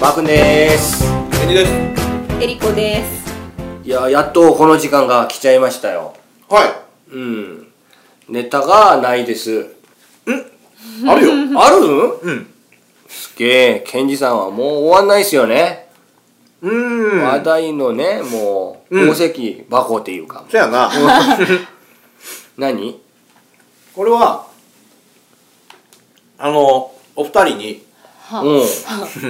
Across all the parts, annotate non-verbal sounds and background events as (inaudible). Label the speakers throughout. Speaker 1: マー君です
Speaker 2: エニです
Speaker 3: えりこです。
Speaker 1: いややっとこの時間が来ちゃいましたよ
Speaker 2: は
Speaker 1: うんネタがないです
Speaker 2: いあるよ
Speaker 1: あるん
Speaker 2: うん
Speaker 1: すげえケンジさんはもう終わんないっすよね、
Speaker 2: うー
Speaker 1: 話
Speaker 2: ん
Speaker 1: 題のねもう
Speaker 2: うん
Speaker 1: 宝石箱っていうか、
Speaker 2: そや (laughs) な
Speaker 1: 何
Speaker 2: これはあのお二人に
Speaker 1: うん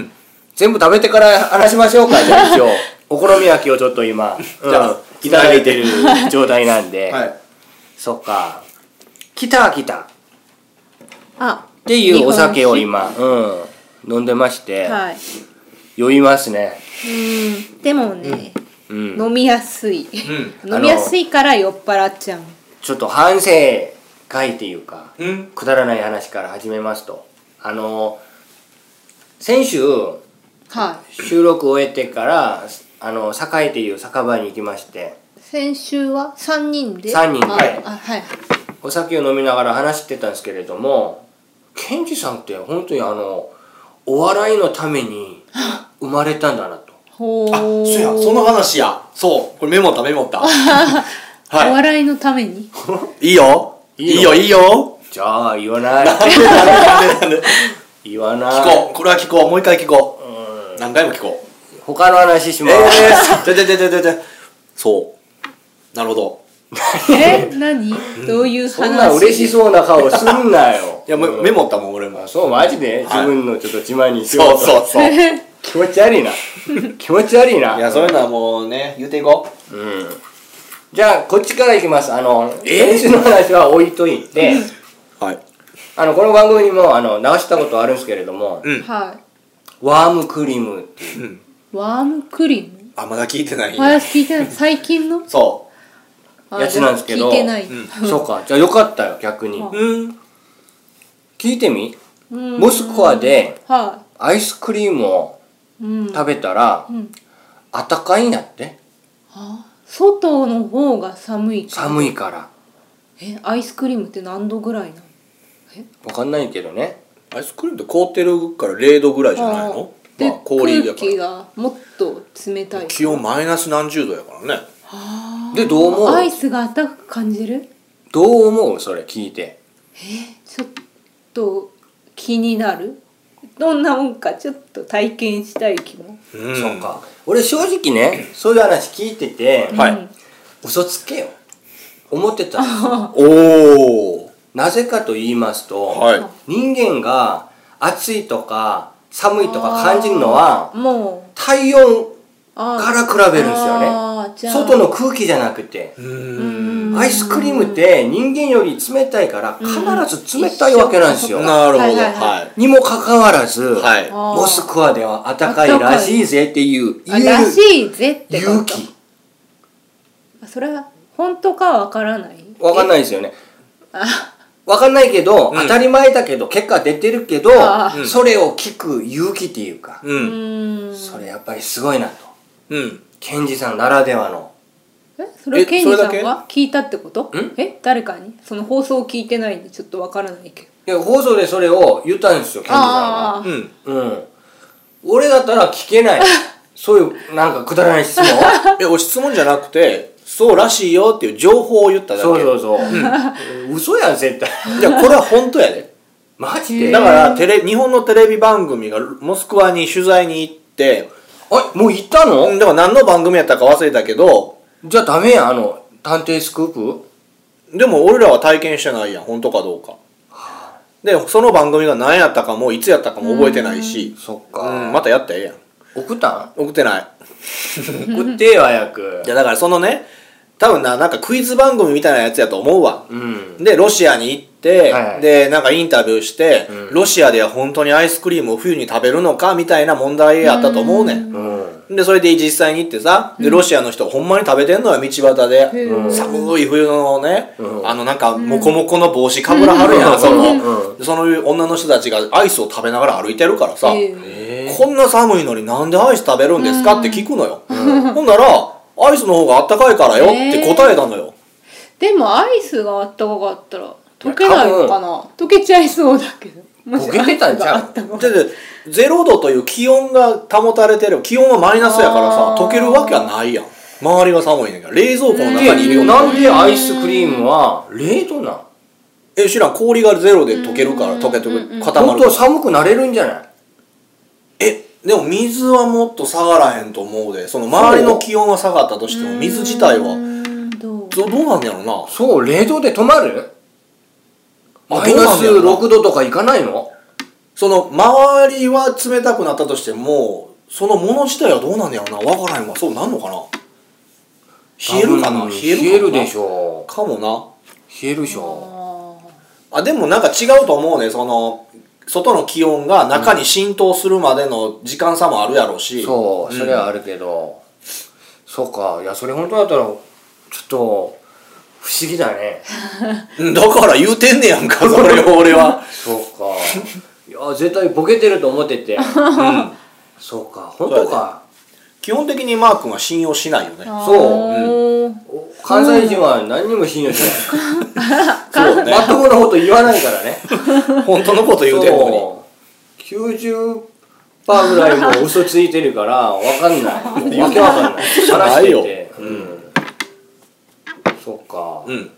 Speaker 1: (laughs) 全部食べてから話しましょうかじゃあ一 (laughs) 応お好み焼きをちょっと今、うん
Speaker 2: じゃあ
Speaker 1: いただいてる状態なんで、 (laughs)
Speaker 2: はい
Speaker 1: そっか来た来た
Speaker 3: あ、
Speaker 1: っていうお酒を今、うん、飲んでまして、
Speaker 3: はい。
Speaker 1: 酔いますね。
Speaker 3: うん、でもね、
Speaker 1: うん、
Speaker 3: 飲みやすい。
Speaker 1: うん
Speaker 3: 飲みやすいから酔っ払っちゃう。
Speaker 1: ちょっと反省会っていうか、
Speaker 2: うん
Speaker 1: くだらない話から始めますと。あの、先週、
Speaker 3: は
Speaker 1: 収録終えてから、あの、栄っていう酒場に行きまして、
Speaker 3: い。先週は三人で。
Speaker 1: 三人で
Speaker 3: あ
Speaker 1: はい
Speaker 3: あ、はい。
Speaker 1: お酒を飲みながら話してたんですけれども、ケンジさんって本当にあの、お笑いのために生まれたんだなと。
Speaker 3: ほう。
Speaker 2: あそやその話やそうこれメモったメモった
Speaker 3: お
Speaker 2: は
Speaker 3: 笑いのために。
Speaker 2: いいいよ
Speaker 1: いい
Speaker 2: いい
Speaker 1: よ
Speaker 2: よいい (laughs) よ
Speaker 1: じゃあ、言わない。
Speaker 2: なんでなんでなんで
Speaker 1: 言わない。
Speaker 2: 聞こうこれは聞こうもう一回聞こう何回も聞こう
Speaker 1: 他の話します。
Speaker 2: じゃじゃじゃじゃじゃじゃそうなるほど
Speaker 3: え、何、どういう話。
Speaker 1: そんな嬉しそうな顔すんなよ。
Speaker 2: いやメ
Speaker 1: うん
Speaker 2: メモったもん俺も
Speaker 1: あそう、マジで、
Speaker 2: はい
Speaker 1: 自分のちょっと自慢にしよ
Speaker 2: そううそうそう (laughs) い
Speaker 1: 気持ち悪
Speaker 2: (laughs)
Speaker 1: いな。気持ち悪いな。
Speaker 2: やそういうのはもうね言うていこう
Speaker 1: うん。じゃあ、こっちからいきます。あの、え週の話は置いといて、
Speaker 2: はい
Speaker 1: あの、この番組も、あの、流したことあるんですけれども、
Speaker 2: うん
Speaker 3: (laughs) は
Speaker 1: ワームクリームっていう。
Speaker 3: い。ワームクリーム。
Speaker 2: あまだ聞いてない
Speaker 3: あ、聞いてない。最近の。
Speaker 2: そ
Speaker 1: (laughs)
Speaker 3: あ
Speaker 1: やつなんですけど
Speaker 3: 聞いてない。
Speaker 2: うん
Speaker 1: そうか。じゃあ、よかったよ、逆に。
Speaker 2: ううん
Speaker 1: 聞いてみ
Speaker 3: うん
Speaker 1: モスクワで
Speaker 3: は
Speaker 1: アイスクリームを
Speaker 3: い。うん。
Speaker 1: 食べたら
Speaker 3: う、ん。
Speaker 1: あったかいんやって。
Speaker 3: あ外の方が寒いから
Speaker 1: 寒いから。
Speaker 3: えアイスクリームって何度ぐらいなの
Speaker 1: わかんないけどね。
Speaker 2: アイスクリームって凍ってるから0度ぐらいじゃないの
Speaker 3: あで、
Speaker 2: まあ、氷だ
Speaker 3: 空
Speaker 2: か
Speaker 3: 気
Speaker 2: ら
Speaker 3: がもっと冷たい
Speaker 2: 気温マイナス何十度やからね
Speaker 1: でどう思う
Speaker 3: アイスが暖かく感じる
Speaker 1: どう思うそれ聞いて
Speaker 3: ちょっと気になるどんなもんかちょっと体験したい気も、
Speaker 2: う
Speaker 1: そうか俺正直ねそういう話聞いてて、
Speaker 2: はい
Speaker 3: うん
Speaker 1: 嘘つけよ思ってた
Speaker 3: (laughs)
Speaker 2: おお
Speaker 1: なぜかと言いますと、
Speaker 2: はい
Speaker 1: 人間が暑いとか寒いとか感じるのは
Speaker 3: もう
Speaker 1: 体温
Speaker 3: あ
Speaker 1: から比べるんですよね
Speaker 3: あーじゃあ
Speaker 1: 外の空気じゃなくて
Speaker 2: うーん
Speaker 3: うん
Speaker 1: アイスクリームって人間より冷たいから必ず冷たいわけなんですよ、
Speaker 3: うん
Speaker 2: なるほど
Speaker 3: はいは
Speaker 2: はい
Speaker 1: にもかかわらず、
Speaker 2: はい
Speaker 3: あー
Speaker 1: モスクワでは暖かいらしいぜっていう
Speaker 3: あ
Speaker 1: 言える
Speaker 3: らしいぜってこと
Speaker 1: 勇気
Speaker 3: あそれは本当かわからない
Speaker 1: わかんないですよね
Speaker 3: (laughs)
Speaker 1: わかんないけど、
Speaker 2: うん
Speaker 1: 当たり前だけど結果出てるけど
Speaker 3: あ
Speaker 2: ー
Speaker 1: それを聞く勇気っていうか、
Speaker 2: う
Speaker 3: うんん
Speaker 1: それやっぱりすごいなと
Speaker 2: うん
Speaker 1: ケンジさんならではの
Speaker 3: えそれ
Speaker 2: え
Speaker 3: をケンジさん
Speaker 2: それだ
Speaker 3: は聞いたってこと
Speaker 1: ん
Speaker 3: え誰かにその放送を聞いてないんでちょっとわからないけど
Speaker 1: いや放送でそれを言ったんですよケンジさ
Speaker 3: あ
Speaker 2: う
Speaker 3: ー
Speaker 2: ん
Speaker 1: んはうん俺だったら聞け
Speaker 3: (laughs)
Speaker 1: ないそういうなんかくだらない質問
Speaker 2: えお質問じゃなくてそうらしいよっていう情報を言っただけ
Speaker 1: そうそうそう、嘘やん絶対
Speaker 2: じゃあこれは本当やで
Speaker 1: マジで
Speaker 2: だからテレ日本のテレビ番組がモスクワに取材に行って
Speaker 1: あもう行ったの、
Speaker 2: うんでも何の番組やったか忘れたけど
Speaker 1: じゃあダメやんあの探偵スクープ
Speaker 2: でも俺らは体験してないやん本当かどうかでその番組が何やったかもいつやったかも覚えてないし
Speaker 1: そっ
Speaker 2: うん
Speaker 1: か、
Speaker 2: またやったらええやん
Speaker 1: 送ったん
Speaker 2: 送ってない
Speaker 1: 送ってよ早く
Speaker 2: いやだからそのね多分ななんかクイズ番組みたいなやつやと思うわ
Speaker 1: うん
Speaker 2: でロシアに行って、
Speaker 1: はいはい
Speaker 2: でなんかインタビューして、ロシアでは本当にアイスクリームを冬に食べるのかみたいな問題やったと思うねん
Speaker 1: うん
Speaker 2: でそれで実際に行ってさでロシアの人ほんまに食べてんのよ道端で、
Speaker 3: うん
Speaker 2: 寒い冬のね、
Speaker 1: うん
Speaker 2: あのなんかモコモコの帽子かぶらはるやん、
Speaker 1: うん
Speaker 2: その、
Speaker 1: う
Speaker 2: その女の人たちがアイスを食べながら歩いてるからさ、
Speaker 3: ええ
Speaker 1: え
Speaker 2: こんな寒いのになんでアイス食べるんですかって聞くのよ、ほんならアイスの方があったかいからよって答えたのよ、
Speaker 3: でもアイスがあったかかったら溶けないのかな溶けちゃいそうだけどもし
Speaker 1: ボケてたんちゃう
Speaker 3: あったの
Speaker 2: だってゼロ度という気温が保たれてれば気温はマイナスやからさ
Speaker 3: あー
Speaker 2: 溶けるわけはないやん周りが寒いねんから冷蔵庫の中にいるよ
Speaker 1: で
Speaker 2: うな
Speaker 1: なんでアイスクリームは冷凍なん
Speaker 2: え知らん氷がゼロで溶けるから溶けて
Speaker 3: うんうんうん
Speaker 2: 固ま
Speaker 1: もっ
Speaker 2: る
Speaker 1: と寒くなれるんじゃない
Speaker 2: えでも水はもっと下がらへんと思うでその周りの気温が下がったとしても水自体
Speaker 3: う
Speaker 2: は
Speaker 3: ーんどう
Speaker 2: どどうなんやろな
Speaker 1: そう冷凍で止まる
Speaker 2: あ
Speaker 1: マイナス
Speaker 2: どうなんだろうな
Speaker 1: 6度とかいかないの
Speaker 2: その周りは冷たくなったとしてもそのもの自体はどうなんやろなわからへんわそうなんのかな冷えるかな
Speaker 1: 多分
Speaker 2: 冷
Speaker 1: 冷
Speaker 2: えるかな
Speaker 1: えるでしょ
Speaker 2: かもな
Speaker 1: 冷えるでしょ
Speaker 3: あ
Speaker 2: あでもなんか違うと思うねその外の気温が中に浸透するまでの時間差もあるやろうし、
Speaker 1: そうそれは
Speaker 2: あ
Speaker 1: あるけど、そうかいやそれ本当だったらちょっと不思議だね
Speaker 2: るだから言うてんねやん (laughs) かそれを俺は
Speaker 1: そう (laughs) かいや絶対ボケてると思ってて
Speaker 2: うん
Speaker 1: そうか本当
Speaker 2: そうや
Speaker 1: か
Speaker 2: (laughs) 基本的にマー君は信用しないよね
Speaker 3: ー
Speaker 1: そう
Speaker 3: う、
Speaker 1: お関西人は何にも信用しない
Speaker 2: そ
Speaker 1: そうう
Speaker 2: ね
Speaker 1: まともなこと言わないからね
Speaker 2: 本当のこと言うてんのに
Speaker 1: そう90パーぐらいもう嘘ついてるから分かんないもう訳分かんない
Speaker 2: じゃないよ
Speaker 1: 話しててうんそうか、
Speaker 2: うん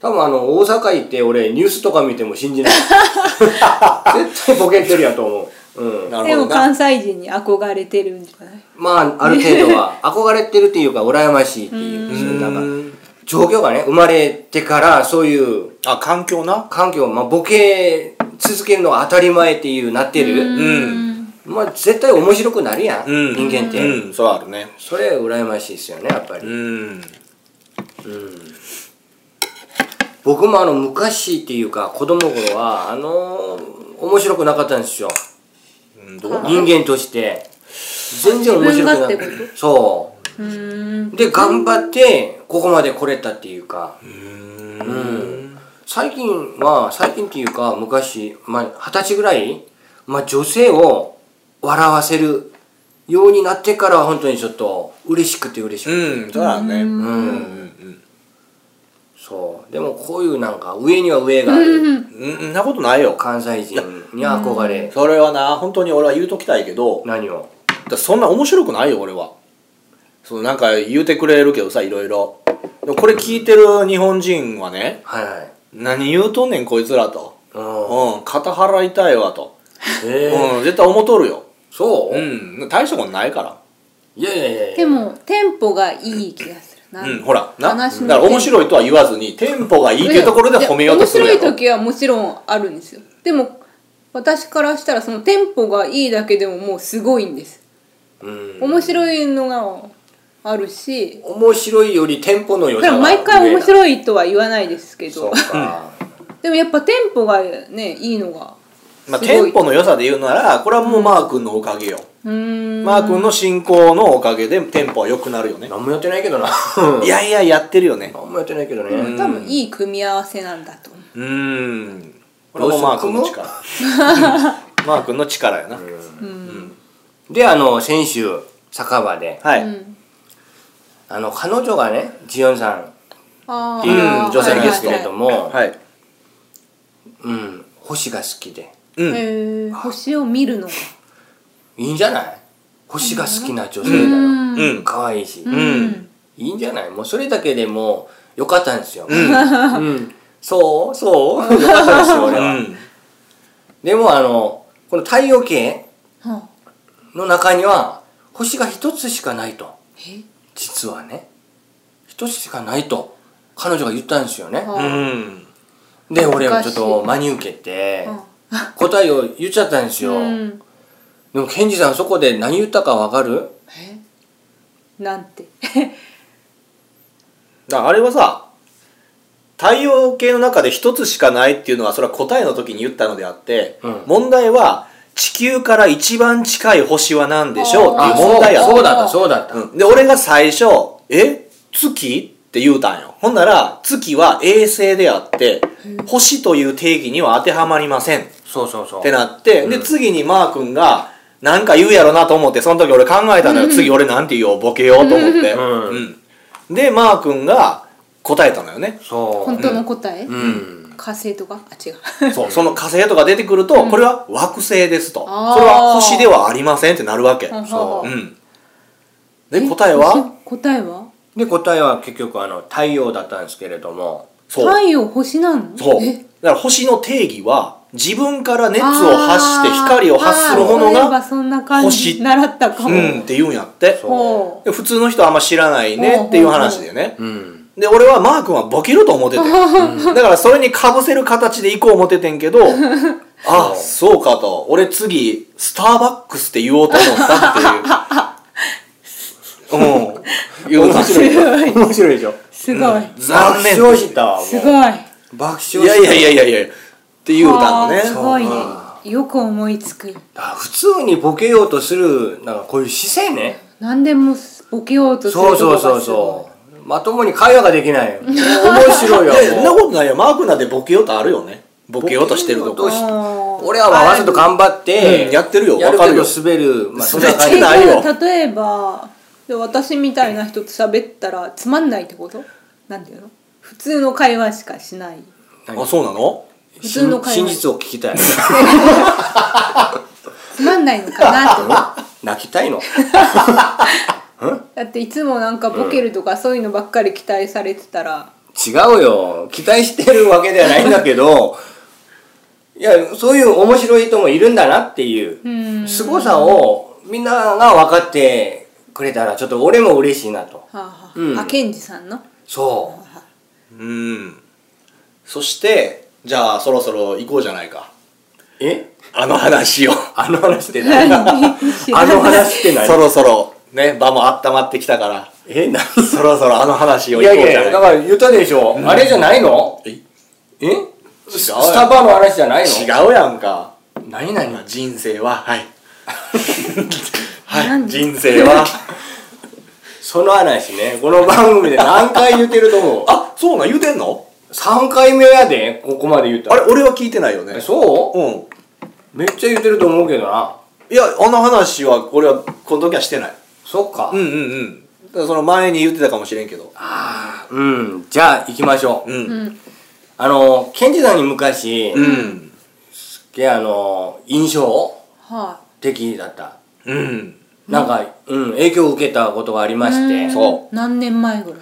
Speaker 1: 多分あの大阪行って俺ニュースとか見ても信じない (laughs) 絶対ボケてるやと思う、うん、
Speaker 2: な
Speaker 3: で
Speaker 2: るほど
Speaker 3: も
Speaker 2: な
Speaker 3: 関西人に憧れてるんじゃない
Speaker 1: まあある程度 (laughs) は憧れてるっていうか羨ましいっていうそううなんか
Speaker 2: ん
Speaker 1: 状況がね生まれてからそういう
Speaker 2: あ環境な
Speaker 1: 環境、まあ、ボケ続けるのが当たり前っていうなってる、
Speaker 2: ん
Speaker 1: まあ絶対面白くなるやん、
Speaker 2: うん
Speaker 1: 人間って、
Speaker 2: うんそうあるね
Speaker 1: それ羨ましいですよねやっぱり、
Speaker 2: うん
Speaker 1: 僕もあの昔っていうか子供頃はあのー面白くなかったんですよ
Speaker 2: うんどうなん
Speaker 1: 人間として全然面白くな
Speaker 3: 自分が
Speaker 1: か
Speaker 3: ってこ
Speaker 1: ったそう
Speaker 3: ーん
Speaker 1: うで頑張ってここまで来れたっていうか
Speaker 2: うん
Speaker 1: 最近は最近っていうか昔まあ二十歳ぐらい、まあ、女性を笑わせるようになってからは本当にちょっと嬉しくて嬉しくて、
Speaker 2: うんそうだねうん
Speaker 1: うん
Speaker 2: うん
Speaker 1: そうでもこういうなんか上には上があ
Speaker 3: う
Speaker 1: る
Speaker 3: ん
Speaker 2: うんうんなことないよ
Speaker 1: 関西人に憧れ
Speaker 2: それはな本当に俺は言うときたいけど
Speaker 1: 何を
Speaker 2: だからそんな面白くないよ俺はそのなんか言うてくれるけどさいろいろでもこれ聞いてる日本人はね
Speaker 1: はいはい
Speaker 2: 何言うとんねんこいつらと
Speaker 1: うん
Speaker 2: うん肩払いたいわと、
Speaker 1: へえ
Speaker 2: うん絶対思うとるよ
Speaker 1: そう、
Speaker 2: うん大したことないから
Speaker 1: いやいやいやいや
Speaker 3: でもテンポがいい気がするな、
Speaker 2: うんほらなだ
Speaker 3: 話の
Speaker 2: から面白いとは言わずにテンポがいいっていうところで褒めようとする
Speaker 3: い
Speaker 2: や
Speaker 3: や面白い
Speaker 2: ろ
Speaker 3: 時はもちろんあるんですよでも私からしたらそのテンポがいいだけでももうすごいんです
Speaker 1: うん
Speaker 3: 面白いのがあるし
Speaker 1: 面白いよりテンポの良
Speaker 3: だ
Speaker 1: さ
Speaker 3: か
Speaker 1: が
Speaker 3: ら毎回面白いとは言わないですけ
Speaker 1: そ
Speaker 3: ど
Speaker 1: うか
Speaker 3: (laughs) でもやっぱテンポがねいいのが
Speaker 2: まあ、
Speaker 3: すごい
Speaker 2: テンポの良さで言うならこれはもうマー君のおかげよ、
Speaker 3: うーん
Speaker 2: マー君の進行のおかげでテンポは良くなるよね、
Speaker 1: 何もやってないけどな (laughs)
Speaker 2: いやいややってるよね
Speaker 1: 何もやってないけどね、
Speaker 2: うん
Speaker 3: 多分いい組み合わせなんだと思う
Speaker 2: うーん。これもマー君の力。マー君の力やな。
Speaker 1: であの先週酒場で
Speaker 2: は
Speaker 3: う
Speaker 2: い。
Speaker 3: ん
Speaker 1: あの彼女がねジヨンさんっ
Speaker 3: あ
Speaker 1: て
Speaker 3: ー
Speaker 1: いう
Speaker 2: うん
Speaker 1: 女性
Speaker 2: の
Speaker 1: ですけれども、
Speaker 2: はい。
Speaker 1: うん、星が好きで
Speaker 2: う
Speaker 3: はいはい
Speaker 2: ん。
Speaker 3: へー星を見るのが
Speaker 1: いいんじゃない星が好きな女性だ
Speaker 3: う
Speaker 1: よ
Speaker 3: ん
Speaker 2: うん。
Speaker 1: 可愛いし、
Speaker 2: んうん
Speaker 1: いいんじゃないもうそれだけでもうよかったんですよ、うんそうそうよかったですよ俺
Speaker 2: う
Speaker 1: は、
Speaker 2: ん。
Speaker 1: でもあのこの太陽系
Speaker 3: はあ
Speaker 1: の中には星が一つしかないと
Speaker 3: え
Speaker 1: 実はね一つしかないと彼女が言ったんですよね、
Speaker 3: はあ
Speaker 2: うん。
Speaker 1: で俺はちょっと真に受けて
Speaker 3: うん
Speaker 1: 答えを言っちゃったんですよ、
Speaker 3: うん
Speaker 1: でもケンジさんそこで何言ったかわかる
Speaker 3: えなんて (laughs)
Speaker 2: だからあれはさ、太陽系の中で一つしかないっていうのは、それは答えの時に言ったのであって
Speaker 1: うん、
Speaker 2: 問題は、地球から一番近い星は何でしょうってい
Speaker 3: あ
Speaker 2: う
Speaker 3: ー
Speaker 2: 問題やった
Speaker 1: そうだったそうだった、
Speaker 2: うん、で俺が最初「え月?」って言うたんよほんなら月は衛星であって星という定義には当てはまりませんっ
Speaker 1: そうそうそう
Speaker 2: てなってで次にマー君が何か言うやろなと思ってその時俺考えたのよ次俺なんて言おうボケようと思って、
Speaker 1: うん
Speaker 2: うんでマー君が答えたのよね
Speaker 1: そう
Speaker 3: 本当の答え
Speaker 1: うん、
Speaker 3: 火星とかあ違う
Speaker 2: (laughs) そうその火星とか出てくると、これは惑星ですとそれ
Speaker 3: あー
Speaker 2: は星ではありませんってなるわけ
Speaker 3: うん
Speaker 2: そうう、
Speaker 3: ん
Speaker 2: うん、で答えは
Speaker 3: 答えは
Speaker 1: で答えは結局あの太陽だったんですけれども
Speaker 2: そう
Speaker 3: 太陽星なの
Speaker 2: そうだ
Speaker 3: え
Speaker 2: から星の定義は自分から熱を発して光を発するもの
Speaker 3: あーあーそういえば
Speaker 2: が
Speaker 3: そんな感じ
Speaker 2: 星
Speaker 3: 習ったかも、
Speaker 2: うんって言うんやって
Speaker 1: そう
Speaker 3: ほう
Speaker 2: で普通の人はあんま知らないねっていう話だよね
Speaker 1: うん
Speaker 2: で俺はマー君はボケると思ってて、だからそれにかぶせる形で行こう思ってて
Speaker 1: (laughs)
Speaker 2: んけどあそうかと俺次スターバックスって言おうと思ったっていううん言うと
Speaker 1: (laughs) 面白い面白いでしょ
Speaker 3: すごい、
Speaker 2: 残念
Speaker 1: 爆笑したわもう
Speaker 3: すごい
Speaker 1: 爆笑し
Speaker 2: い
Speaker 1: た
Speaker 2: やいやいやいやいやって言うたのね
Speaker 3: あーすごい
Speaker 1: そう
Speaker 3: ねよく思いつ
Speaker 1: だ
Speaker 3: く
Speaker 1: から普通にボケようとするなんかこういう姿勢ね
Speaker 3: 何でもボケようとするとこ
Speaker 1: そう
Speaker 3: がす
Speaker 1: そ
Speaker 3: ご
Speaker 1: う
Speaker 3: い
Speaker 1: そうそうまともに会話ができないよ面白い
Speaker 2: いやいやそんな (laughs)
Speaker 1: わもう
Speaker 2: ことないよマー君なんてボケようとあるよねボケようとしてるとこ
Speaker 1: ボケようとし
Speaker 3: あー
Speaker 1: 俺はわざと頑張っ
Speaker 2: う
Speaker 1: て
Speaker 2: んやってるよ
Speaker 1: やる
Speaker 2: わか
Speaker 1: け
Speaker 2: る
Speaker 1: ど
Speaker 2: よ
Speaker 1: 滑るまあそん
Speaker 2: 滑
Speaker 1: な
Speaker 2: っ
Speaker 1: 感 (laughs)
Speaker 2: て
Speaker 1: じ
Speaker 2: な
Speaker 1: だ
Speaker 2: いよ
Speaker 3: えじゃあ例えばで私みたいな人と喋ったらつまんないってことなんていうの普通の会話しかしない
Speaker 2: あそうなの
Speaker 3: 普通の会
Speaker 1: 真
Speaker 3: 話
Speaker 1: 実を聞きたい
Speaker 3: つまんないのかなって
Speaker 1: (laughs) 泣きたいの
Speaker 3: だっていつもなんかボケるとかそういうのばっかり期待されてたら、
Speaker 1: 違うよ期待してるわけではないんだけどいやそういう面白い人もいるんだなっていう凄さをみんなが分かってくれたらちょっと俺も嬉しいなと
Speaker 3: はあはあ
Speaker 1: うん
Speaker 3: あケンジさんの
Speaker 1: そ
Speaker 2: うんそしてじゃあそろそろ行こうじゃないか
Speaker 1: うえ
Speaker 2: あの話を
Speaker 1: (laughs) あの話って何 (laughs) あ
Speaker 3: 何
Speaker 1: の話って
Speaker 2: そ
Speaker 1: 何
Speaker 2: ろそろね場も温まってきたから
Speaker 1: え何
Speaker 2: そろそろあの話を
Speaker 1: い
Speaker 2: 行
Speaker 1: や
Speaker 2: こう
Speaker 1: い
Speaker 2: じゃない
Speaker 1: やだから言ったでしょ、あれじゃないの
Speaker 2: え
Speaker 1: えス
Speaker 2: 違うよ
Speaker 1: スタバの話じゃないの
Speaker 2: 違うやんか
Speaker 1: 何何
Speaker 2: 人生ははい
Speaker 3: な
Speaker 2: は
Speaker 3: ん
Speaker 2: い
Speaker 3: で
Speaker 2: 人生は
Speaker 1: その話ねこの番組で何回言ってると思う
Speaker 2: (laughs) あそうなん言うてんの
Speaker 1: 3回目やでここまで言った
Speaker 2: あ
Speaker 1: ら
Speaker 2: れ俺は聞いてないよね
Speaker 1: えそう
Speaker 2: うん
Speaker 1: めっちゃ言ってると思うけどない
Speaker 2: やあの話は俺はこの時はしてない
Speaker 1: そっか
Speaker 2: うんうんうんだからその前に言ってたかもしれんけど
Speaker 1: うん、じゃあ行きましょう、
Speaker 2: うん
Speaker 1: あのケンジさんに昔、
Speaker 2: うん
Speaker 1: であの印象
Speaker 3: は
Speaker 1: 的だった
Speaker 2: うん
Speaker 1: なんか、うん、影響を受けたことがありま
Speaker 3: い、
Speaker 1: して
Speaker 2: そう
Speaker 3: 何年前ぐらい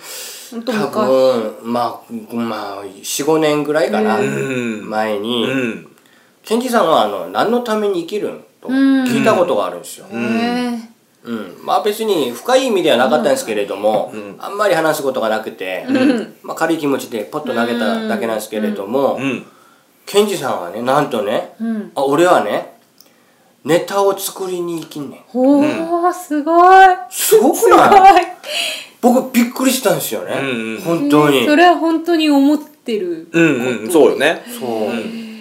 Speaker 3: 本当
Speaker 1: 多
Speaker 3: 昔
Speaker 1: 分まあまあ45年ぐらいかな、
Speaker 2: うん
Speaker 1: 前に、
Speaker 2: うん
Speaker 1: ケンジさんはあの何のために生きるんと
Speaker 3: うん
Speaker 1: 聞いたことがあるんですよ、
Speaker 3: へえ
Speaker 1: うんまあ別に深い意味ではなかったんですけれども、
Speaker 2: うん
Speaker 1: あんまり話すことがなくて、
Speaker 3: ん
Speaker 1: まあ、軽い気持ちでポッと投げただけなんですけれども、
Speaker 2: うん
Speaker 1: ケンジさんはねなんとね、
Speaker 3: うん
Speaker 1: あ俺はねネタを作りに行きんねん
Speaker 3: ほー、すごい
Speaker 1: すご
Speaker 3: す
Speaker 1: く
Speaker 3: ごい
Speaker 1: ない僕びっくりしたんですよね、
Speaker 2: うんうん
Speaker 1: 本当に、
Speaker 3: えーそれは本当に思ってる
Speaker 2: うんうんそうよね
Speaker 1: そう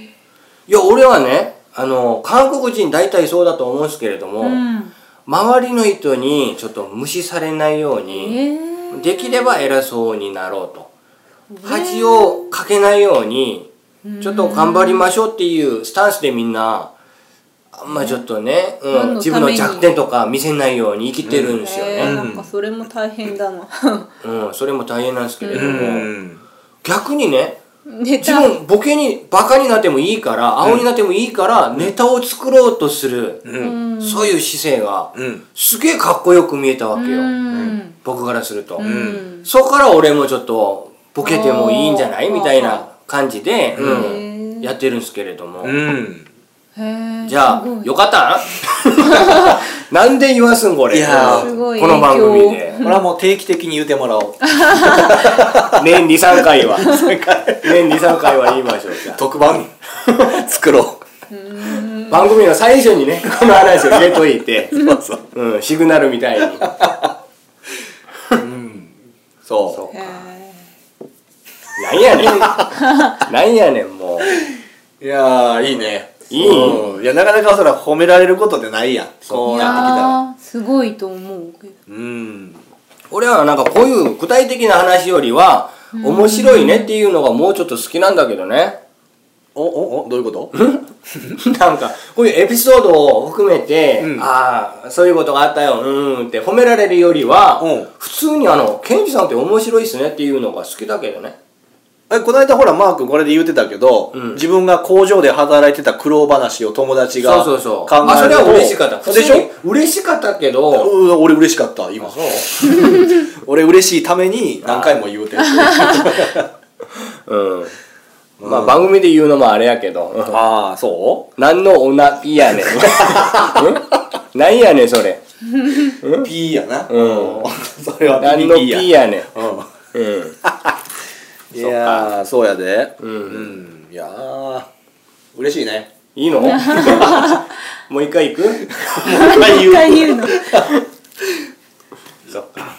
Speaker 1: いや俺はねあの韓国人大体そうだと思うんですけれども、
Speaker 3: うん
Speaker 1: 周りの人にちょっと無視されないよう
Speaker 3: え
Speaker 1: に、
Speaker 3: ー、
Speaker 1: できれば偉そうになろうと、恥をかけないようにちょっと頑張りましょうっていうスタンスでみんなあんまちょっとね、うん
Speaker 3: 何のために
Speaker 1: 自分の弱点とか見せないように生きてるんですよ
Speaker 3: えー
Speaker 1: ね、
Speaker 3: なんかそれも大変
Speaker 1: (laughs)
Speaker 3: だな
Speaker 1: うんそれも大変なんですけれど
Speaker 2: う
Speaker 1: も、
Speaker 2: ん
Speaker 1: 逆にね
Speaker 3: ネ
Speaker 1: 自
Speaker 3: タ
Speaker 1: 分ボケにバカになってもいいから青になってもいいからネタを作ろうとする、
Speaker 2: うん
Speaker 1: そういう姿勢が
Speaker 2: うん
Speaker 1: すげえかっこよく見えたわけよ、
Speaker 3: うん
Speaker 1: 僕からすると、
Speaker 3: うん
Speaker 1: そこから俺もちょっとボケてもいいんじゃない
Speaker 3: おー
Speaker 1: みたいな感じで、うん
Speaker 3: へー
Speaker 1: やってるんですけれども、
Speaker 2: うん
Speaker 3: へー
Speaker 1: じゃあ
Speaker 3: すごい
Speaker 1: よかった (laughs) んなんで言わすんこれ
Speaker 2: いや
Speaker 1: こ
Speaker 2: ー
Speaker 3: す
Speaker 1: の
Speaker 3: ごい
Speaker 1: この番組で
Speaker 2: これはもう定期的に言うてもらおう
Speaker 1: 年23回
Speaker 3: (laughs)
Speaker 1: は年23回は言いましょうじゃあ
Speaker 2: 特番作ろ
Speaker 1: 番組の最初にねこの話を入れといて、
Speaker 2: うそうそう
Speaker 1: うん、シグナルみ (laughs) たいに
Speaker 2: そ
Speaker 1: そ
Speaker 3: へー
Speaker 1: うなんやねん (laughs) なんやねんもう
Speaker 2: ういやーいいね
Speaker 1: いい
Speaker 2: うんいやなかなかそら褒められることってないやん
Speaker 3: い
Speaker 2: そうなっ
Speaker 3: やーすごいと思う
Speaker 2: て
Speaker 3: けど
Speaker 2: きたらうん
Speaker 1: 俺はなんかこういう具体的な話よりは面白いねっていうのがもうちょっと好きなんだけどね
Speaker 2: おおおどういうこと
Speaker 1: なんかこういうエピソードを含めて、
Speaker 2: うん
Speaker 1: ああそういうことがあったようーんって褒められるよりは、
Speaker 2: うん
Speaker 1: 普通にあの「ケンジさんって面白いっすね」っていうのが好きだけどね
Speaker 2: えこの間ほらマー君これで言ってたけど、
Speaker 1: うん
Speaker 2: 自分が工場で働いてた苦労話を友達が
Speaker 1: そうそう
Speaker 2: 考える
Speaker 1: そ
Speaker 2: と
Speaker 1: うあそれは嬉しかった普通
Speaker 2: で
Speaker 1: に
Speaker 2: しょ
Speaker 1: 嬉しかったけど
Speaker 2: うわ俺嬉しかった今
Speaker 1: そ
Speaker 2: 俺嬉しいために何回も言うてる
Speaker 1: う、うん、まあ番組で言うのもあれやけど
Speaker 2: ああそう
Speaker 1: 何のおなぴ
Speaker 2: (laughs)
Speaker 1: やねんうんなんやねんそれ
Speaker 2: P やな
Speaker 1: うん
Speaker 2: (laughs) それは
Speaker 1: 何のぴやねん
Speaker 2: う
Speaker 1: うん
Speaker 2: んいやーそうやでうんんいやー嬉しい
Speaker 3: (laughs)
Speaker 2: ね
Speaker 1: いい
Speaker 2: (laughs)
Speaker 1: のもう一回行く
Speaker 3: 毎回言うの
Speaker 1: そっか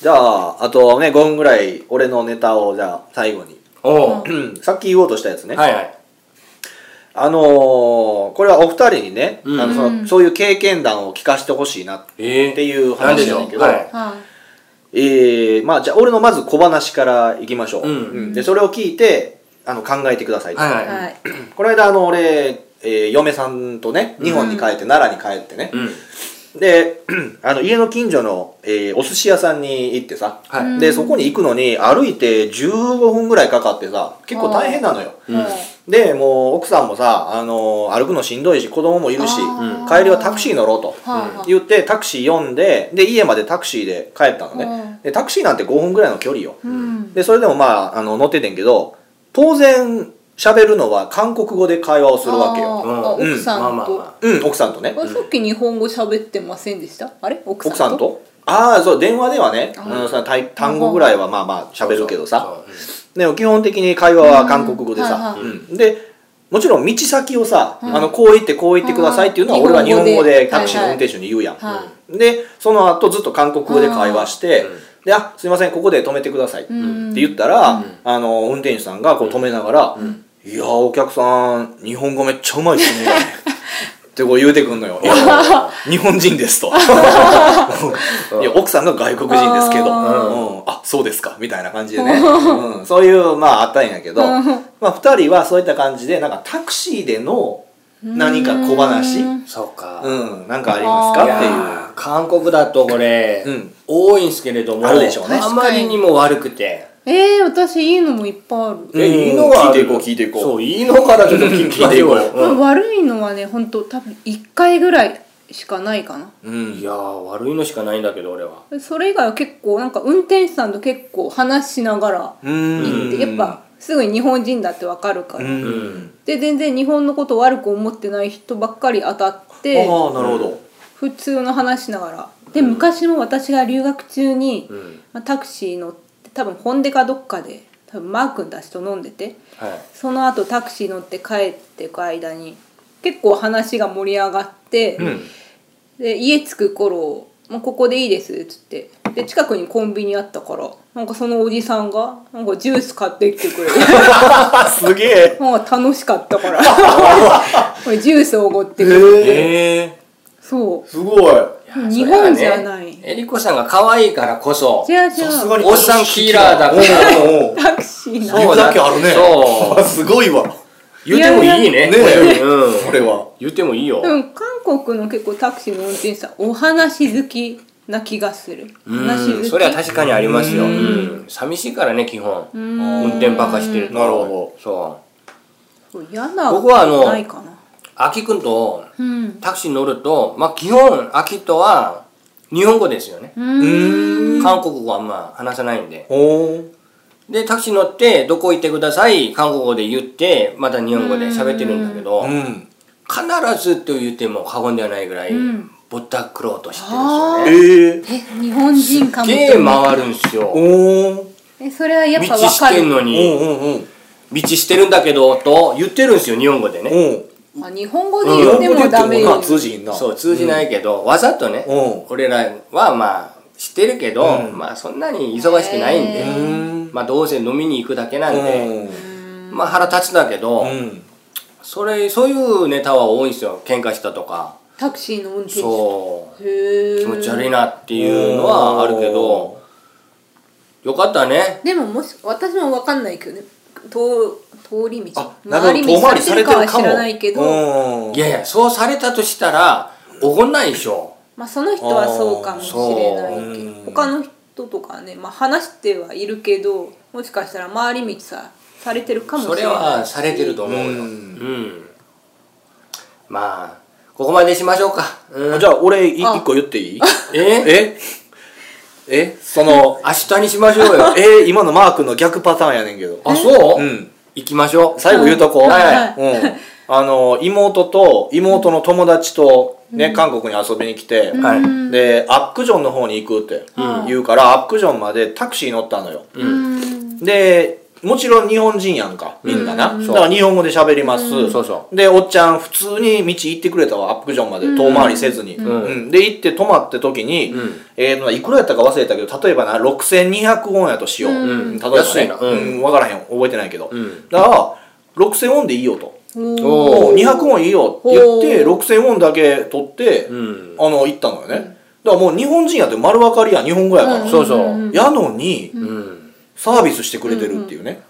Speaker 2: じゃああとね5分ぐらい俺のネタをじゃあ最後に (clears throat)
Speaker 1: おう
Speaker 2: さっき言おうとしたやつね
Speaker 1: はいはい
Speaker 2: あのーこれはお二人にね、
Speaker 1: うん
Speaker 2: あのそのそういう経験談を聞かせてほしいなっ
Speaker 1: ええ
Speaker 2: ていう
Speaker 1: なんで
Speaker 2: 話
Speaker 1: し
Speaker 2: な
Speaker 1: ょ
Speaker 2: んだけ
Speaker 1: う
Speaker 2: ど、
Speaker 1: はい
Speaker 3: は
Speaker 2: えーまあじゃあ俺のまず小話からいきましょう、
Speaker 1: うん
Speaker 2: でそれを聞いてあの考えてくださいと、
Speaker 1: はい
Speaker 3: い
Speaker 1: はい
Speaker 3: はい
Speaker 2: この間あの俺、えー嫁さんとね日本に帰って、奈良に帰ってね
Speaker 1: う、ん
Speaker 2: で (clears throat) あの家の近所の、えーお寿司屋さんに行ってさ、
Speaker 1: はい
Speaker 2: でそこに行くのに歩いて15分ぐらいかかってさ結構大変なのよ
Speaker 1: うん
Speaker 2: でもう奥さんもさ、あのー歩くのしんどいし子供もいるし
Speaker 3: あー
Speaker 2: 帰りはタクシー乗ろうと
Speaker 3: はいはい
Speaker 2: 言ってタクシー呼んでで家までタクシーで帰ったのねでタクシーなんて5分ぐらいの距離よ
Speaker 3: うん
Speaker 2: でそれでもまああの乗っててんけど当然喋るのは韓国語で会話をするわけよ
Speaker 3: あーあ
Speaker 1: うん
Speaker 3: 奥さ
Speaker 1: まあ
Speaker 3: ん
Speaker 1: まあ
Speaker 3: と
Speaker 1: ま
Speaker 2: うん奥さんとね
Speaker 3: あさっき日本語喋ってませんでしたあれ奥さん
Speaker 2: 奥さんとああそう電話ではね
Speaker 3: あ
Speaker 2: あ
Speaker 3: ー
Speaker 2: のさ単単語ぐらいはまあまあ
Speaker 1: あ
Speaker 2: 喋るけどさ
Speaker 1: そうそう
Speaker 2: でも基本的に会話は韓国語でさ、う
Speaker 3: う
Speaker 2: んん
Speaker 3: はい
Speaker 2: でもちろん道先をさ、
Speaker 3: うん
Speaker 2: あのこう行ってこう行ってくださいっていうのは
Speaker 3: うん
Speaker 2: 俺は日本
Speaker 3: 日本
Speaker 2: 語
Speaker 3: 語で
Speaker 2: でタクシーの運転手に言うやん、
Speaker 3: はいはい
Speaker 2: でその後ずっと韓国語で会話して
Speaker 1: うん
Speaker 2: 「であすいませんここで止めてください」って
Speaker 3: ん
Speaker 2: 言ったら、
Speaker 3: うん
Speaker 2: あの運転手さんがこう止めながら「いやーお客さん日本語めっちゃうまいですね」ってこう言うてくん
Speaker 3: (laughs)
Speaker 2: のよ「いや日本人です」と「いや奥さんが外国人ですけど」
Speaker 3: あ
Speaker 2: うん、あそうですかみたいな感じでね、うん、そういうまああったんやけど、
Speaker 3: うん
Speaker 2: まあ、2人はそういった感じでなんかタクシーでの何か小話
Speaker 3: う
Speaker 2: うんん、
Speaker 1: そうか
Speaker 2: なんかありますか
Speaker 1: いや
Speaker 2: っ
Speaker 1: ー韓国だとこれ、
Speaker 2: うん
Speaker 1: 多いんすけれども
Speaker 2: あるでしょうね
Speaker 1: あまりにも悪くて
Speaker 3: えー、私いいのもいっぱいある、
Speaker 2: うん
Speaker 1: えいいのがある
Speaker 2: 聞いていこう聞いていこう
Speaker 1: そういいのからちょっと聞きましょうよ
Speaker 2: 聞いていこ
Speaker 1: うん
Speaker 3: 悪いのはね本当多分1回ぐらいしかないかな
Speaker 2: ていう、うん
Speaker 1: いやー悪いのしかないんだけど俺は
Speaker 3: それ以外は結構なんか運転手さんと結構話しながら
Speaker 2: うん
Speaker 3: でやっぱすぐに日本人だってわかるから、
Speaker 2: うん、
Speaker 3: で全然日本のことを悪く思ってない人ばっかり当たっ
Speaker 2: ああ
Speaker 3: て
Speaker 2: なるほど、
Speaker 3: 普通の話しながらで昔も私が留学中に、
Speaker 1: ん
Speaker 3: まあタクシー乗って多分ホンデかどっかで多分マー君たちと飲んでて
Speaker 1: はい
Speaker 3: その後タクシー乗って帰ってく間に結構話が盛り上がって、
Speaker 2: うん
Speaker 3: で家着く頃「もうここでいいです」っつってで近くにコンビニあったからなんかそのおじさんがなんかジュース買ってきてくれて
Speaker 2: あ (laughs) すげえ
Speaker 3: なんか楽しかったからこれジュースをおごってくれて
Speaker 1: え
Speaker 2: え
Speaker 1: え
Speaker 3: そう
Speaker 2: すごい
Speaker 3: 日本じゃない、
Speaker 1: えりこさんが可愛いからこそ
Speaker 3: じゃあじゃ
Speaker 2: さす
Speaker 3: あ
Speaker 2: がに
Speaker 1: おっさんキラーだから
Speaker 2: おうおうおう
Speaker 3: タクシーな
Speaker 1: そうだ
Speaker 2: 言うだけあるね
Speaker 1: そう
Speaker 2: あす
Speaker 1: (laughs)
Speaker 2: ごいわ
Speaker 1: 言ってもいいね
Speaker 2: ねえ
Speaker 1: うん
Speaker 2: これは
Speaker 1: 言ってもいいよ
Speaker 3: でも韓国の結構タクシーの運転手さんお話好きな気がする話好
Speaker 1: うん
Speaker 3: き
Speaker 1: それは確かにありますよ
Speaker 2: う
Speaker 1: うん寂しいからね基本
Speaker 3: うん
Speaker 1: 運転ばっかしてると
Speaker 2: なるほ
Speaker 1: そう
Speaker 3: そう嫌な
Speaker 1: 僕はあの
Speaker 3: ないかな
Speaker 1: 秋くんと
Speaker 3: うん
Speaker 1: タクシーに乗ると、まあ、基本秋とは日本語ですよね、
Speaker 3: うん
Speaker 2: うーん
Speaker 1: 韓国語はあんま話さないんで
Speaker 2: おー
Speaker 1: でタクシー乗ってどこ行ってください韓国語で言ってまた日本語で喋ってるんだけど
Speaker 2: うん
Speaker 1: 必ずと言っても過言ではないぐらい
Speaker 3: うん
Speaker 1: ぼったくろうとしてる
Speaker 3: あ
Speaker 1: ん
Speaker 3: ー
Speaker 1: ですよね
Speaker 2: ええ
Speaker 3: え日本人かも
Speaker 1: すっげえ回るんですよ
Speaker 2: おー
Speaker 3: えそれはや
Speaker 1: 道
Speaker 3: っぱわ
Speaker 1: し
Speaker 3: か
Speaker 1: てん
Speaker 3: る
Speaker 1: の
Speaker 2: うん
Speaker 1: に
Speaker 2: うんうん
Speaker 1: 道してるんだけどと言ってるんですよ日本語でね
Speaker 2: うん
Speaker 3: あ日本語で言っても
Speaker 2: 日
Speaker 3: ダメ
Speaker 2: 本語で言っても
Speaker 3: よ
Speaker 2: な通じひんな
Speaker 1: そう通じないけどわざとね
Speaker 2: う
Speaker 1: 俺らはまあ知ってるけど
Speaker 2: うん
Speaker 1: まあそんなに忙しくないん
Speaker 3: へ
Speaker 1: で
Speaker 3: ー
Speaker 2: ん
Speaker 1: まあどうせ飲みに行くだけなんで、
Speaker 2: うん
Speaker 1: まあ腹立つだけど、
Speaker 2: うん
Speaker 1: それそういうネタは多いんですよ喧嘩したとか
Speaker 3: タクシーの運転手
Speaker 1: そう
Speaker 3: へえ
Speaker 1: 気持ち悪いなっていうのはあるけどよかったね
Speaker 3: でももし私もわかんないけどね通通り道
Speaker 2: あなるほど
Speaker 3: 回り道されてるかは知らないけど、
Speaker 2: うん
Speaker 1: いやいやそうされたとしたらおごんないでしょ
Speaker 3: まあ、その人はそうかもしれな
Speaker 1: あ
Speaker 3: い
Speaker 1: ー
Speaker 3: け
Speaker 2: そう
Speaker 3: ど他の人とかね、まあ、話してはいるけどもしかしたら回り道さされてるかもし
Speaker 1: そ
Speaker 3: れ
Speaker 1: れ
Speaker 3: な
Speaker 1: はいされてると思うよ
Speaker 2: う
Speaker 1: うんん、まあここまでしましょうか、うん、
Speaker 2: じゃあ俺い
Speaker 3: あ
Speaker 2: 一個言っていい
Speaker 1: え
Speaker 2: ええその
Speaker 1: 明日にしましょうよ
Speaker 2: え今のマークの逆パターンやねんけど
Speaker 1: あそう、
Speaker 2: うん
Speaker 1: 行きましょう
Speaker 2: 最後言うとこ、
Speaker 1: うんはい
Speaker 3: はい
Speaker 2: うん、あの妹と妹の友達と、ね韓国に遊びに来て、
Speaker 1: はい
Speaker 3: うん
Speaker 2: でアックジョンの方に行くって
Speaker 3: うん
Speaker 2: 言うから、アックジョンまでタクシー乗ったのよ、
Speaker 3: うん
Speaker 2: でもちろん日本人やんかみんなな、
Speaker 1: うん
Speaker 2: だから日本語で喋ります、
Speaker 1: そうそ
Speaker 2: でおっちゃん普通に道行ってくれたわアップジョンまで遠回りせずに、
Speaker 1: ん
Speaker 2: うんで行って泊まって時に、
Speaker 1: ん
Speaker 2: えーとないくらやったか忘れたけど例えばな6200ウォンやとしよう、うん例えば、ね、
Speaker 1: 安いな
Speaker 2: う
Speaker 1: うんん
Speaker 2: 分からへん覚えてないけど、
Speaker 1: ん
Speaker 2: だから6000ウォンでいいよと。
Speaker 3: おー
Speaker 1: おー
Speaker 2: もう200ウォンいいよって言って
Speaker 3: お
Speaker 2: 6000ウォンだけ取って、
Speaker 1: ん
Speaker 2: あの行ったのよね、だからもう日本人やって丸分かりやん日本語やから、
Speaker 1: うそうそう、うん
Speaker 2: やのに、サービスしてくれてるっていうね、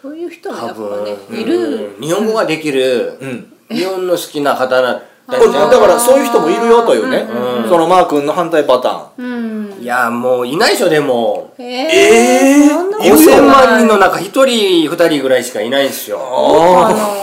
Speaker 3: そういう人もや
Speaker 1: 多
Speaker 3: っぱね
Speaker 1: 分
Speaker 3: いる
Speaker 1: うん日本語ができる、
Speaker 2: うん、
Speaker 1: 日本の好きな方だった
Speaker 2: これ
Speaker 1: んじゃ
Speaker 2: だ
Speaker 1: ない
Speaker 2: からそういう人もいるよというね、そのマー君の反対パターン
Speaker 3: うん
Speaker 1: いやもういないでしょでも
Speaker 3: え
Speaker 2: えー
Speaker 3: ーそんなことない
Speaker 1: 4000万人の中1人2人ぐらいしかいないんですよ
Speaker 3: あ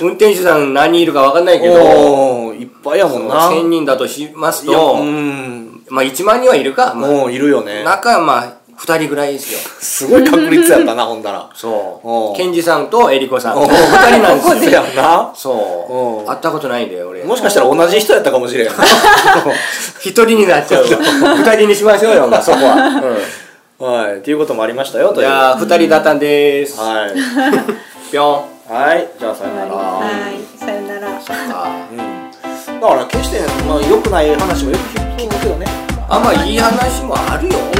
Speaker 1: 運転手さん何人いるか分かんないけど
Speaker 2: おーいっぱいやもんな
Speaker 1: 1000人だとします
Speaker 2: いやう
Speaker 1: と
Speaker 2: ん
Speaker 1: まあ1万人はいるか、まあ
Speaker 2: もういるよね
Speaker 1: 中はまあ2人ぐらいですよ
Speaker 2: すごい確率やったな (laughs) ほんだらお
Speaker 1: そうう。ケンジさんとエリコさん。
Speaker 2: おう
Speaker 1: 二人なん
Speaker 2: (laughs) そう
Speaker 1: です
Speaker 2: や
Speaker 1: よ。
Speaker 2: んな
Speaker 1: そ
Speaker 2: おう
Speaker 1: う。会ったことないんだよ、俺。
Speaker 2: もしかしたら同じ人やったかもしれん
Speaker 1: 一人になっちゃうわ。二人にしましょうよ、まあそこは。
Speaker 2: (laughs) はいっていうこともありましたよ
Speaker 1: うん
Speaker 2: と
Speaker 1: じ
Speaker 2: いう
Speaker 1: ゃ
Speaker 2: は
Speaker 1: あ、二人だったんです。
Speaker 2: い
Speaker 1: ぴょん。
Speaker 2: はいじゃあさよなら、
Speaker 3: はいさよなら
Speaker 1: あ
Speaker 2: うん、だから決して、まあ、良くない話もよく聞くけどね
Speaker 1: あ、まあいい話もあるよ。